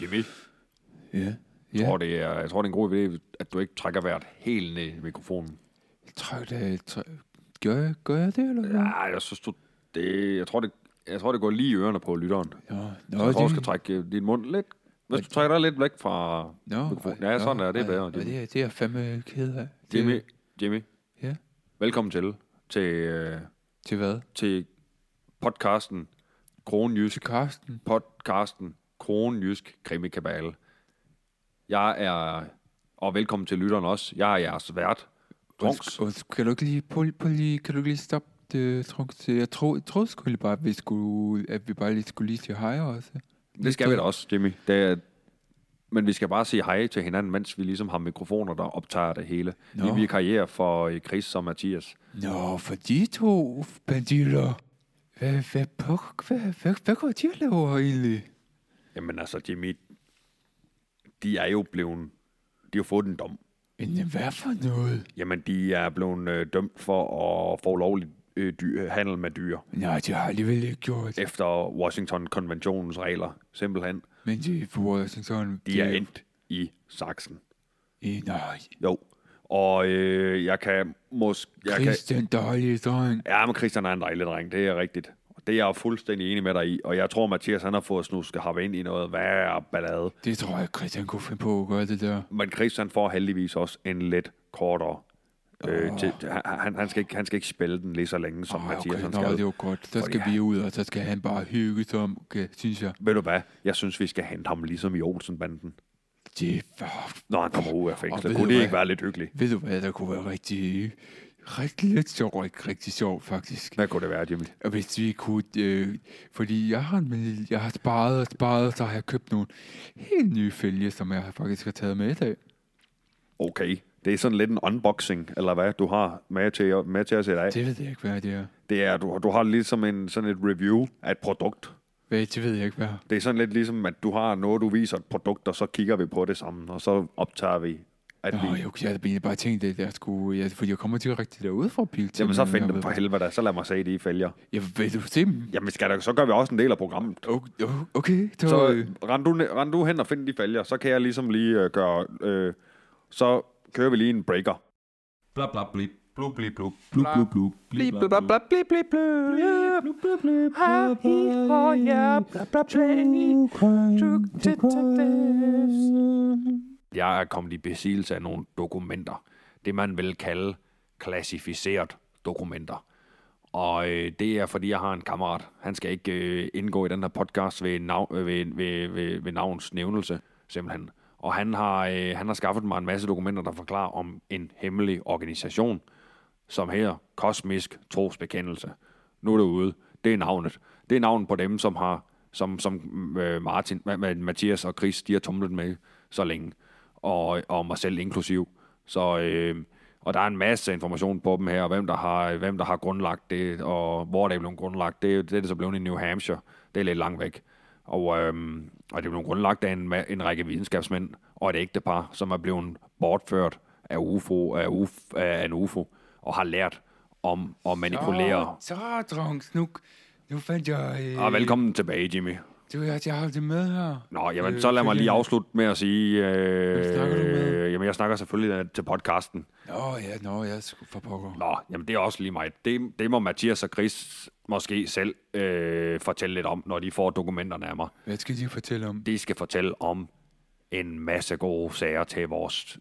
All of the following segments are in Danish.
Jimmy, Ja. jeg, Ja. tror, det er, jeg tror, det er en god idé, at du ikke trækker vejret helt ned i mikrofonen. Tryk det. Tryk. Gør, jeg- gør jeg det, eller hvad? Ja, jeg synes, du, det, jeg, tror, det, jeg tror, det går lige i ørerne på lytteren. Nå, Nå, jeg tror, du det- skal trække øh, din mund lidt. Hvis du trækker dig lidt væk fra Nå, mikrofonen. ej, Ja, sådan nå, er det ej, bedre. nå, Det Jimmy. er, det er jeg fandme ked af. Det- Jimmy, Jimmy, Ja. velkommen til, til, øh, Til hvad? til podcasten Til Kronjysk, Karsten. podcasten Kronjysk Krimikabale. Jeg er, og velkommen til lytteren også, jeg er jeres vært, Drunks. Og, og, kan du ikke lige, på, på lige, kan du ikke lige stoppe det, Trunks? Jeg tror, jeg troede sgu lige bare, at vi, skulle, at vi bare lige skulle lige sige hej også. Det skal vi da også, Jimmy. Det er, men vi skal bare sige hej til hinanden, mens vi ligesom har mikrofoner, der optager det hele. Nå. Vi er karriere for øh, Chris og Mathias. Nå, for de to banditter. Hvad, hvad, puk, hvad, hvad, hvad går de og laver egentlig? Jamen altså, Jimmy, de er jo blevet, de har fået en dom. Men hvad for noget? Jamen, de er blevet øh, dømt for at få lovlig øh, dyr, handel med dyr, Nej, det har jeg alligevel ikke gjort. efter Washington-konventionens regler, simpelthen. Men det er for Washington. De er endt i Sachsen. I, nej, Jo. Og øh, jeg kan måske... Jeg kan, Chris, den dejlige dreng. ja, men Christian er en dejlig dreng, det er rigtigt. Og Det er jeg jo fuldstændig enig med dig i, og jeg tror, Mathias han har fået snuske hoppe ind i noget værre ballade. Det tror jeg, Christian kunne finde på at gøre det der. Men Christian får heldigvis også en lidt kortere... Øh, til, han- han, han, skal ikke, han skal ikke spille den lige så længe, som Ej, Mathias han nå, skal. det var godt. Så Fordi skal vi ud, og så skal han bare hygge sig om, okay, synes jeg. Ved du hvad? Jeg synes, vi skal hente ham ligesom i Olsenbanden, Det var... når han kommer ud af Og fængslet. ved Kunne du det hvad? ikke være lidt hyggeligt? Ved du hvad, der kunne være rigtig... Rigtig lidt sjovt, ikke rigtig sjovt faktisk. Hvad kunne det være, Jimmy? Og hvis vi kunne... Øh, fordi jeg har, en- jeg har sparet og sparet, og så har jeg købt nogle helt nye fælge, som jeg faktisk har taget med i dag. Okay. Det er sådan lidt en unboxing, eller hvad, du har med til, med til os i dag. Det ved jeg ikke, hvad det er. Det er, du, du har ligesom en, sådan et review af et produkt. Hvad, det ved jeg ikke, hvad er. Det er sådan lidt ligesom, at du har noget, du viser et produkt, og så kigger vi på det sammen, og så optager vi, at Nå, vi... jeg, jeg havde egentlig bare tænkt, at jeg skulle... Jeg, fordi jeg kommer direkte derude fra Pilsen. Jamen, så find Jeg dem ved- for helvede, da. så lad mig se de fælger. Jeg ved, du se dem? Jamen, skal der, så gør vi også en del af programmet. Okay, okay Så så, så øh, rend du, ne- rend du hen og find de falger, så kan jeg ligesom lige øh, gøre... Øh, så kører vi lige en breaker. Bla bla blip. Blub blip blub. Blub blub blub. Blip blub blub. Jeg er kommet i besiddelse af nogle dokumenter. Det man vil kalde klassificeret dokumenter. Og øh, det er, fordi jeg har en kammerat. Han skal ikke øh, indgå i den her podcast ved, nav- øh, ved, ved, ved, ved navns nævnelse, simpelthen. Og han har, øh, han har skaffet mig en masse dokumenter, der forklarer om en hemmelig organisation, som hedder Kosmisk Trosbekendelse. Nu er det ude. Det er navnet. Det er navnet på dem, som har som, som øh, Martin, Ma- Ma- Mathias og Chris, de har tumlet med så længe. Og, og mig selv inklusiv. Så, øh, og der er en masse information på dem her, og hvem der har, hvem der har grundlagt det, og hvor det er blevet grundlagt. Det, det er det så blevet i New Hampshire. Det er lidt langt væk. Og, øhm, og det blev grundlagt af en, ma- en række videnskabsmænd og et ægtepar, som er blevet bortført af, UFO, af, UFO, af en UFO og har lært om at manipulere. så drunks, nu, nu fandt jeg... Øh, Og velkommen tilbage, Jimmy. Du, jeg, jeg har det med her. Øh, Nå, jamen, så lad mig lige afslutte med at sige... Øh, snakker du med? Jamen, jeg snakker selvfølgelig øh, til podcasten. Nå, ja, nå, jeg skulle for pokker. Nå, jamen, det er også lige mig. Det, det må Mathias og Chris måske selv øh, fortælle lidt om, når de får dokumenterne af mig. Hvad skal de fortælle om? de skal fortælle om en masse gode sager til vores,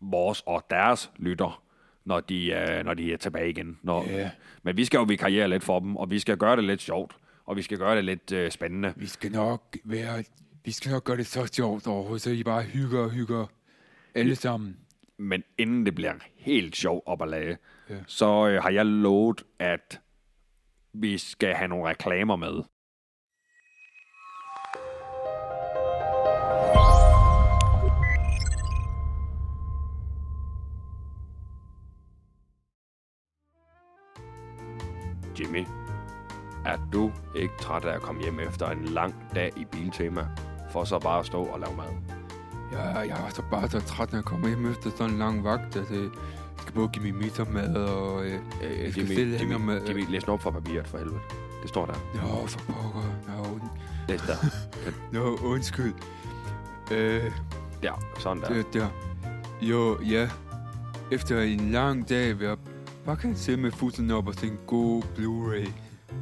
vores og deres lytter, når de, øh, når de er tilbage igen. Når, Ja. Men vi skal jo vikariere lidt for dem, og vi skal gøre det lidt sjovt, og vi skal gøre det lidt øh, spændende. Vi skal nok være... Vi skal nok gøre det så sjovt overhovedet, så I bare hygger og hygger. Alle sammen. Men inden det bliver helt sjovt op at lage, Ja. så øh, har jeg lovet, at vi skal have nogle reklamer med. Jimmy, er du ikke træt af at komme hjem efter en lang dag i Biltema, for så bare at stå og lave mad? Ja, jeg er så bare så træt, når jeg kommer hjem efter sådan en lang vagt, at øh, jeg skal både give min middag mad, og øh, jeg skal Jimmy, stille hænger Jimmy, med... Jimmy, læs den op fra papiret, for helvede. Det står der. Nå, for pokker. Nå, Læs der. Nå, undskyld. Øh, Der, sådan der. det der. Jo, ja. Efter en lang dag, hvor jeg bare kan sidde med fusen op og se en god Blu-ray.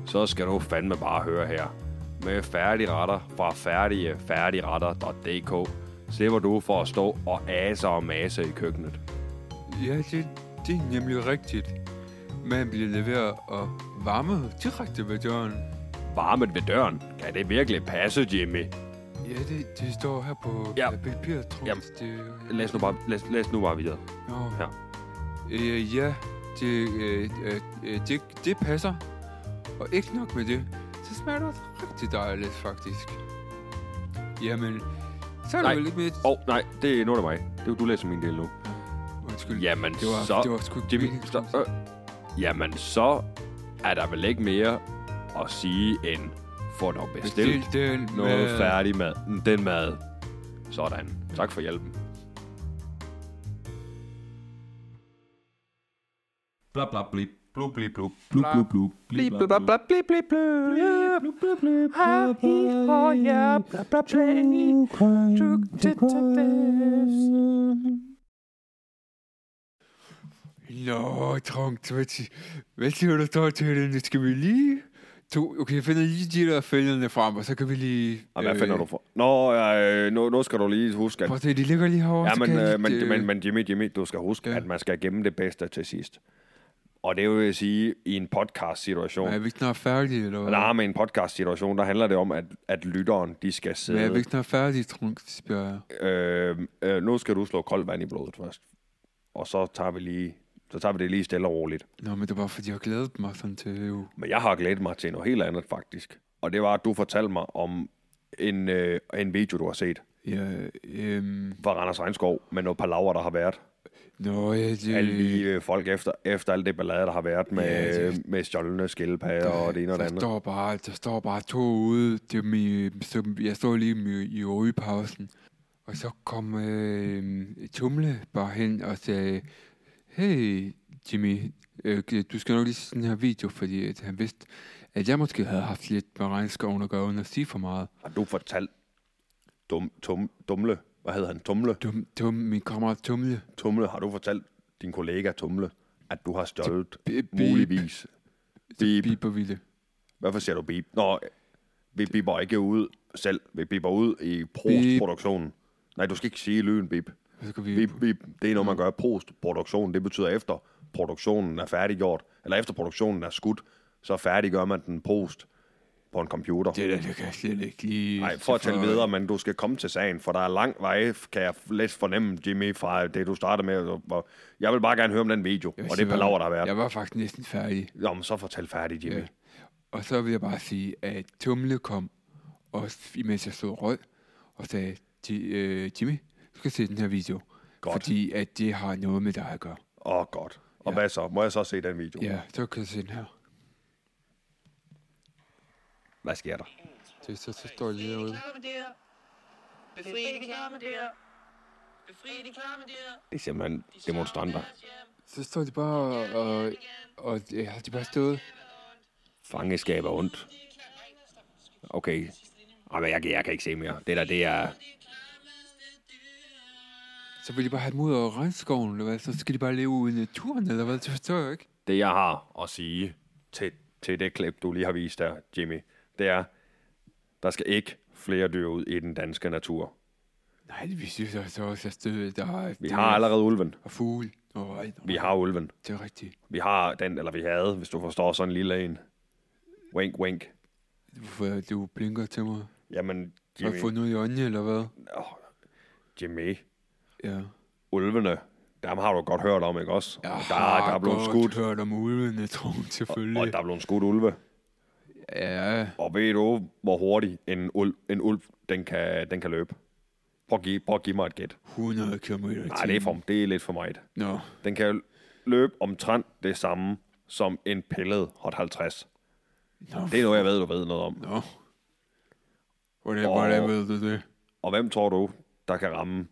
Så skal du fandme bare høre her. Med færdige retter fra færdige færdigretter.dk slipper du for at stå og ase og mase i køkkenet. Ja, det, det er nemlig rigtigt. Man bliver leveret og varmet direkte ved døren. Varmet ved døren. Kan det virkelig passe, Jimmy? Ja, det, det står her på Ja. ja. papiret, tror jeg. Jamen, Det, Læs nu bare, læs, læs nu bare videre. Nå. Ja. Øh, ja, det, øh, øh, øh, det, det passer. Og ikke nok med det, så smager det også rigtig dejligt, faktisk. Jamen, så er Nej. det vel ikke med... Åh, oh, nej, det, nu er det mig. Det, du læser min del nu. Undskyld. Jamen, det var, så... Det var sgu Jimmy, meningen, så, skulle jeg øh, jamen, så er der vel ikke mere at sige end få noget sige. bestilt, Bestil den noget med- færdig mad. Mm, Den mad. Sådan. Tak for hjælpen. Bla bla blip. Blu bli blu. Blub, blub, blub. Blip bla bla bla. Mm, Nå, Trong, hvad, si- hvad siger du så til det? Skal vi lige... To, okay, jeg finder lige de der fælderne frem, og så kan vi lige... Jamen, hvad finder du for? Nå, øh, nu, nu skal du lige huske, at... Prøv at se, de ligger lige herovre. Ja, så men, kan jeg øh, lige- men, men, men Jimmy, Jimmy, du skal huske, Ja. at man skal gemme det bedste til sidst. Og det vil sige, i en podcast-situation... Men er vi ikke snart færdige, eller hvad? Nej, men i en podcast-situation, der handler det om, at, at lytteren, de skal Men er vi sidde... ikke snart færdige, Trong, spørger jeg. Øh, øh, nu skal du slå koldt vand i blodet først. Og så tager vi lige... Så tager vi det lige stille og roligt. Nå, men det var, fordi jeg glædede mig sådan til øh, jo. Men jeg har glædet mig til noget helt andet, faktisk. Og det var, at du fortalte mig om en, øh, en video, du har set Ja, øhm, fra Randers Regnskov med nogle palaver, der har været. nå, ja, det, alle de øh, folk efter, efter alt det ballade, der har været med, Ja, ja, det- med stjålne skildpadder og det ene og det der andet. står bare, der står bare to ude, det er mi, som, jeg står lige mi, i rygepausen, og så kom øh, Tumle bare hen og sagde, hey Jimmy, øh, du skal nok lige se den her video, fordi at han vidste, at jeg måske havde haft lidt med regnskoven at gøre, uden at sige for meget. Og du fortalte dum, tum, Dumle, hvad hedder han, Tumle? Dum, dum, min kammerat Tumle. Tumle, har du fortalt din kollega Tumle, at du har stjålet Beep, muligvis? Beep. Beep. Beep. Beep. Hvorfor siger du beep? Nå, vi beeper ikke ud selv. Vi beeper ud i Beep. postproduktionen. Nej, du skal ikke sige lyden beep. Så kan vi... Beep, beep. Det er noget, man gør postproduktion. Det betyder, efter produktionen er færdiggjort, eller efter produktionen er skudt, så færdiggør man den post på en computer. Det der, det kan jeg slet ikke lige... Nej, for at tale videre, men du skal komme til sagen, for der er lang vej, kan jeg let fornemme, Jimmy, fra det, du startede med. og- og- Jeg vil bare gerne høre om den video, Jeg vil og sige, det palaver, der har været. Jeg var faktisk næsten færdig. Jamen, så fortæl færdig, Jimmy. Ja. Og så vil jeg bare sige, at Tumle kom, og s- imens jeg stod og røg, og sagde, "Ji- øh, Jimmy, du skal se den her video. Godt. Fordi at det har noget med dig at gøre. Åh, oh, godt. Og Ja. hvad så? Må jeg så se den video? Ja, så kan jeg se den her. Hvad sker der? Så, så, så står jeg lige derude. Befri de klamme der. Befri de klamme der. Det er simpelthen demonstranter. Så står de bare og... Og ja, de bare stået. Fangeskab er ondt. Okay. Jamen, jeg, jeg kan ikke se mere. Det der, det er... Så vil de bare have dem ud over regnskoven, eller hvad? Så skal de bare leve ude i naturen, eller hvad? Det forstår jeg ikke. Det, jeg har at sige til, til det klip, du lige har vist der, Jimmy, det er, der skal ikke flere dyr ud i den danske natur. Nej, vi synes altså også, at støde, der er... Vi har allerede ulven. Og fugle. Nå, nej, Vi har ulven. det er rigtigt. Vi har den, eller vi havde, hvis du forstår sådan en lille en. Wink, wink. Hvorfor er det, du blinker til mig? Jamen, Har du Jimmy, fået noget i øjnene, eller hvad? Jimmy Ja. ulvene, dem har du godt hørt om, ikke også? Jeg der, er- der er blevet skudt, hørt om ulvene, Troen, selvfølgelig. og der er blevet skudt ulve. Ja, Og ved du, hvor hurtigt en ulv, en ulv den, kan, den kan løbe? Prøv at give, prøv at give mig et gæt. 100 km i Nej, det er, for, det er lidt for meget. Nå, Den kan løbe omtrent det samme som en pillet Hot 50. nå, Det er noget, jeg ved, du ved noget om. nå. Hvordan, Og- hvordan ved du det? Og hvem tror du, der kan ramme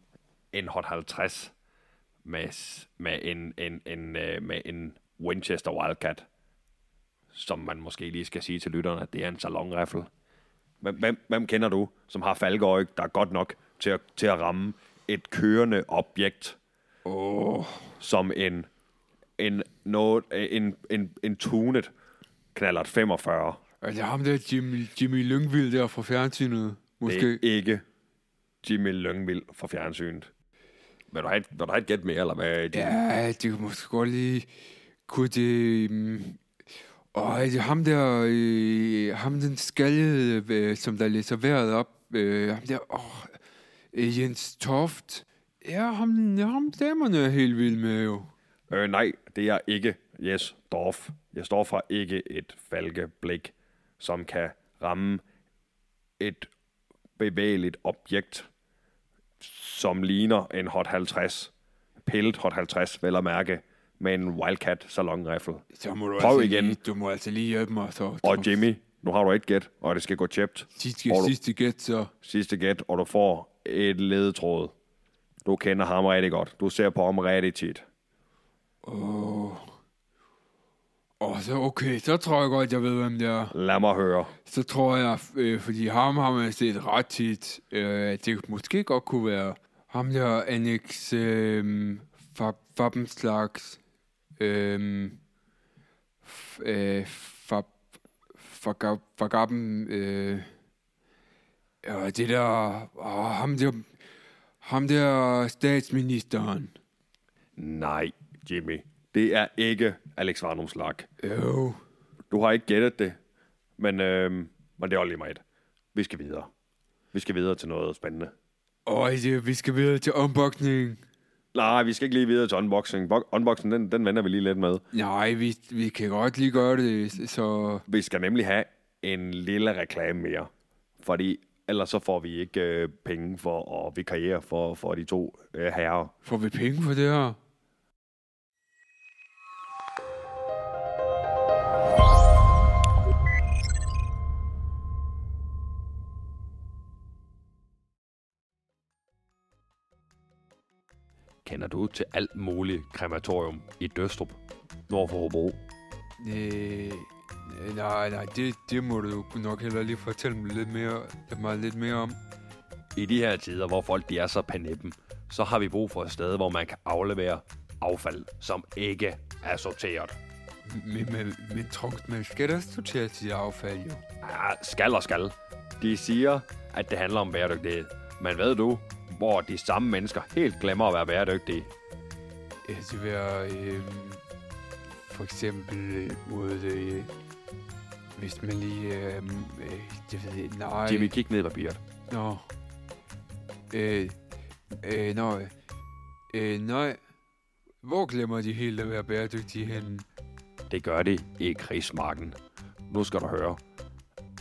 en Hot 50 med, s- med, en, en, en, øh, med en Winchester Wildcat? Som man måske lige skal sige til lytterne, at det er en salonraffel. Hvem, hvem, hvem kender du, som har faldgøj, der er godt nok til at, til at ramme et kørende objekt, oh. som en, en, noget, en, en, en tunet knallert 45. Er det Altså, ham der Jimmy, Jimmy Lyngvild der fra fjernsynet? Måske. Det er ikke Jimmy Lyngvild fra fjernsynet. Vil du have et, vil du have et gæt mere, eller hvad? Jimmy? Ja, det kunne måske godt lige... Kunne det... mm, Åh, er det ham der... Øh, ham den skaldede, øh, som der læser vejret op. Øh, ham der... Åh, øh, Jens Toft. Ja, ham, ham damerne er helt vild med jo. Øh, nej, det er ikke Jes Dorf. Jes Dorf har ikke et falkeblik, som kan ramme et bevægeligt objekt, som ligner en Hot 50. Pillet Hot 50, vel at mærke, med en Wildcat salonrifle. Så må du Prøv altså igen. Lige, du må altså lige hjælpe mig så. Og Jimmy, nu har du et gæt, og det skal gå tjept. Sidste, Og du- sidste gæt så. sidste gæt, og du får et ledetråd. Du kender ham rigtig godt. Du ser på ham rigtig tit. Og så okay, så tror jeg godt, jeg ved, hvem det er. Lad mig høre. Så tror jeg, øh, fordi ham har man set ret tit, øh, at det måske godt kunne være ham der Annex øh, Fab- Fabbenslags øh, f- øh, Fab- Fagab- Fagaben øh, og det der, og ham der, ham der statsministeren. Nej, Jimmy. Det er ikke Alex Varnumslag. Jo. Du har ikke gættet det, men, øh, men det er også lige meget. Vi skal videre. Vi skal videre til noget spændende. Og øh, vi skal videre til unboxing. Nej, vi skal ikke lige videre til unboxing. Bo- Unboxing, den, den vender vi lige lidt med. Nej, vi, vi kan godt lige gøre det, så... Vi skal nemlig have en lille reklame mere, fordi ellers så får vi ikke øh, penge for at vikariere for, for de to øh, herrer. Får vi penge for det her? Kender du til alt muligt krematorium i Døstrup, nord for Hobro? Øh, nej, nej, det, det må du jo nok heller lige fortælle mig lidt mere, mig lidt mere om. I de her tider, hvor folk de er så paneppen, så har vi brug for et sted, hvor man kan aflevere affald, som ikke er sorteret. Men, men, men Trunks, man skal da sortere sit affald, jo. Ah, skal og skal. De siger, at det handler om bæredygtighed. Men ved du, hvor de samme mennesker helt glemmer at være bæredygtige? Ja, det være, øh, for eksempel øh, mod, øh, hvis man lige, øh, øh, det ved jeg, nej. Jimmy, kig ned i papiret. Nå. Øh, øh, nej. Øh, nej. Hvor glemmer de helt at være bæredygtige henne? Det gør de i krigsmarken. Nu skal du høre.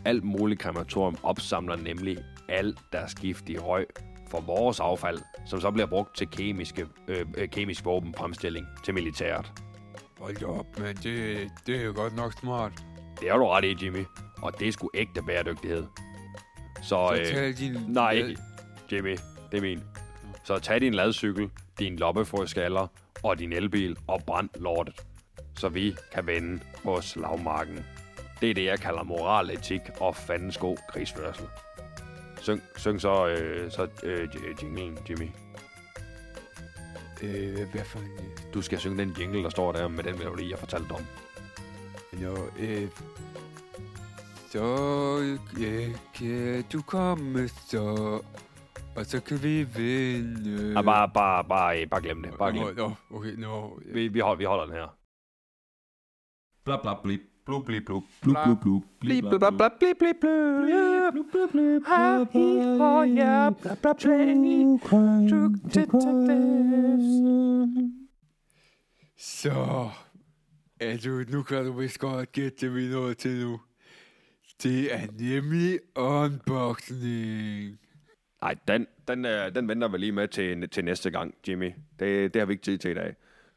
Alt muligt krematorium opsamler nemlig alt deres giftige røg fra vores affald, som så bliver brugt til kemiske, øh, øh, kemisk våbenfremstilling til militæret. Hold da op, men det, det er jo godt nok smart. Det har du ret i, Jimmy. Og det er sgu ægte bæredygtighed. Så, Så øh, tal din... nej, lad- ikke. Jimmy, det er min. Så tag din ladcykel, din loppefrøskaller og din elbil og brænd lortet, så vi kan vende på slagmarken. Det er det, jeg kalder moral, etik og fandens god krigsførsel. Syng, syng så, øh, så øh, j- jinglen, Jimmy. Øh, hvad- hvad for en... øh, Du skal synge den jingle, der står der med den melodi, jeg fortalte om. Nå, øh... Så øh, kan du komme så... Og så kan vi vinde... Øh. Ah, bare, bare, bare, øh, bare glem det. Bare glem. Nå, det. nå, okay, nå... øh, Vi, vi, holder, vi holder den her. Bla bla blip. Blub blip blub. Blub blub blub. Blip blub blub. Så... Er du, nu kan du vist godt gætte det, vi nåede til nu. Det er nemlig unboxing. Nej, den, den, øh, den venter vi lige med til, til næste gang, Jimmy. Det, det har vi ikke tid til i dag.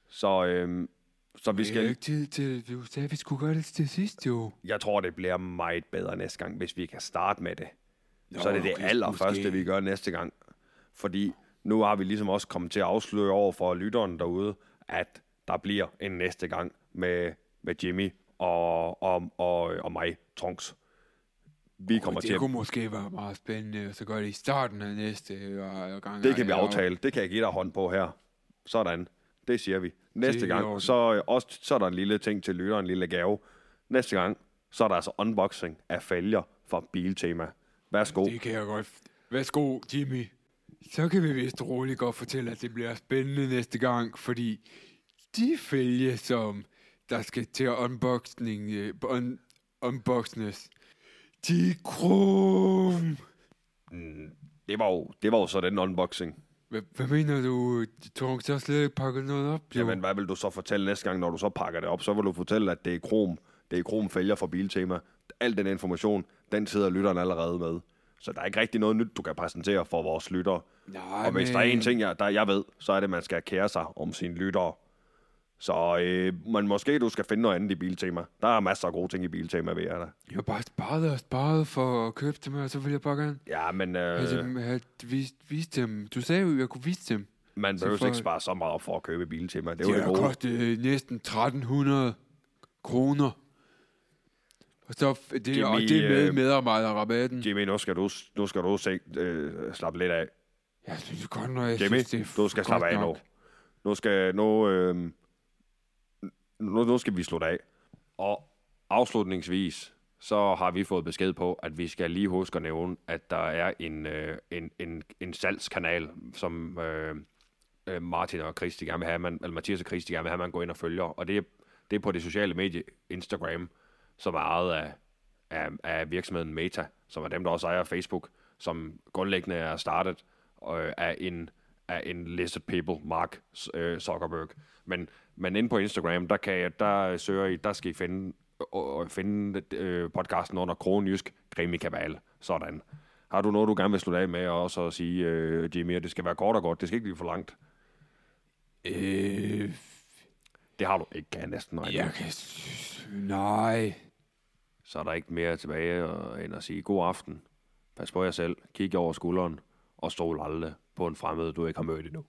Så, øhm, så vi Det er jo skal, ikke tid til, du sagde, vi skulle gøre det til sidst, jo. jeg tror, det bliver meget bedre næste gang, hvis vi kan starte med det. Nå, så er det det allerførste, vi gør næste gang. Fordi nu har vi ligesom også kommet til at afsløre over for lytteren derude, at der bliver en næste gang med, med Jimmy og, og, og, og mig, Trunks. Vi kommer det til at... kunne måske være meget spændende, og så gør det i starten af næste øh, gang. Det kan vi eller- aftale. Det kan jeg give dig hånd på her. Sådan. Det siger vi. Næste Det er i gang, orden. så, øh, også, så er der en lille ting til lytteren, en lille gave. Næste gang, så er der altså unboxing af fælger fra Biltema. Værsgo. Det kan jeg godt. Værsgo, Jimmy. Så kan vi vist roligt godt fortælle, at det bliver spændende næste gang, fordi de fælge, som der skal til at unboxing, øh, un, unboxnes, de er krum. Det var jo, det var jo så den unboxing. Hvad, hvad mener du? Torg, så har slet ikke pakket noget op, jo. Jamen, hvad vil du så fortælle næste gang, når du så pakker det op? Så vil du fortælle, at det er krom. Det er krom fælger fra Biltema. Al den information, den sidder lytteren allerede med. Så der er ikke rigtig noget nyt, du kan præsentere for vores lyttere. Nej, Og hvis der er men- en ting, jeg, der jeg ved, så er det, at man skal kære sig om sine lyttere. Så øh, men måske du skal finde noget andet i biltema. Der er masser af gode ting i biltema, ved jeg da. Jeg har bare sparet og sparet for at købe dem, og så vil jeg bare gerne Ja, men øh, have, dem, have vist, vist dem. Du sagde jo, at jeg kunne vise dem. man så behøver for- ikke spare så meget op for at købe biltema. Det er jo Det det har gode. kostet øh, næsten 1300 kroner. Og, så, f- det, og Jimmy, det er med øh, medarbejderabatten. Jimmy, nu skal du, nu skal du se, øh, slappe lidt af. Jeg synes godt, når jeg Jimmy, synes, det er f- du skal godt slappe af nok. nu. Nu skal, nu, øh, nu, nu skal vi slutte af. Og afslutningsvis, så har vi fået besked på, at vi skal lige huske at nævne, at der er en, øh, en, en, en salgskanal, som øh, øh, Martin og Kristi gerne vil have, man, eller Mathias og Kristi gerne vil have, man går ind og følger. Og det er, det er på det sociale medie Instagram, som er ejet af, af, af virksomheden Meta, som er dem, der også ejer Facebook, som grundlæggende er startet øh, af en af en listed people, Mark øh, Zuckerberg. Men, men inde på Instagram, der, kan, jeg- der søger I, der skal I finde, øh, finde øh, podcasten under Kronjysk Grimmi Kabal. Sådan. Har du noget, du gerne vil slutte af med, og også at sige, øh, Jimmy, at det skal være kort og godt, det skal ikke blive for langt. Øh, Det har du ikke, kan jeg næsten regne. jeg Ja. kan... s- Nej. Så er der ikke mere tilbage øh, end at sige god aften. Pas på jer selv, kig over skulderen, og stol aldrig på en fremmed, du ikke har mødt endnu.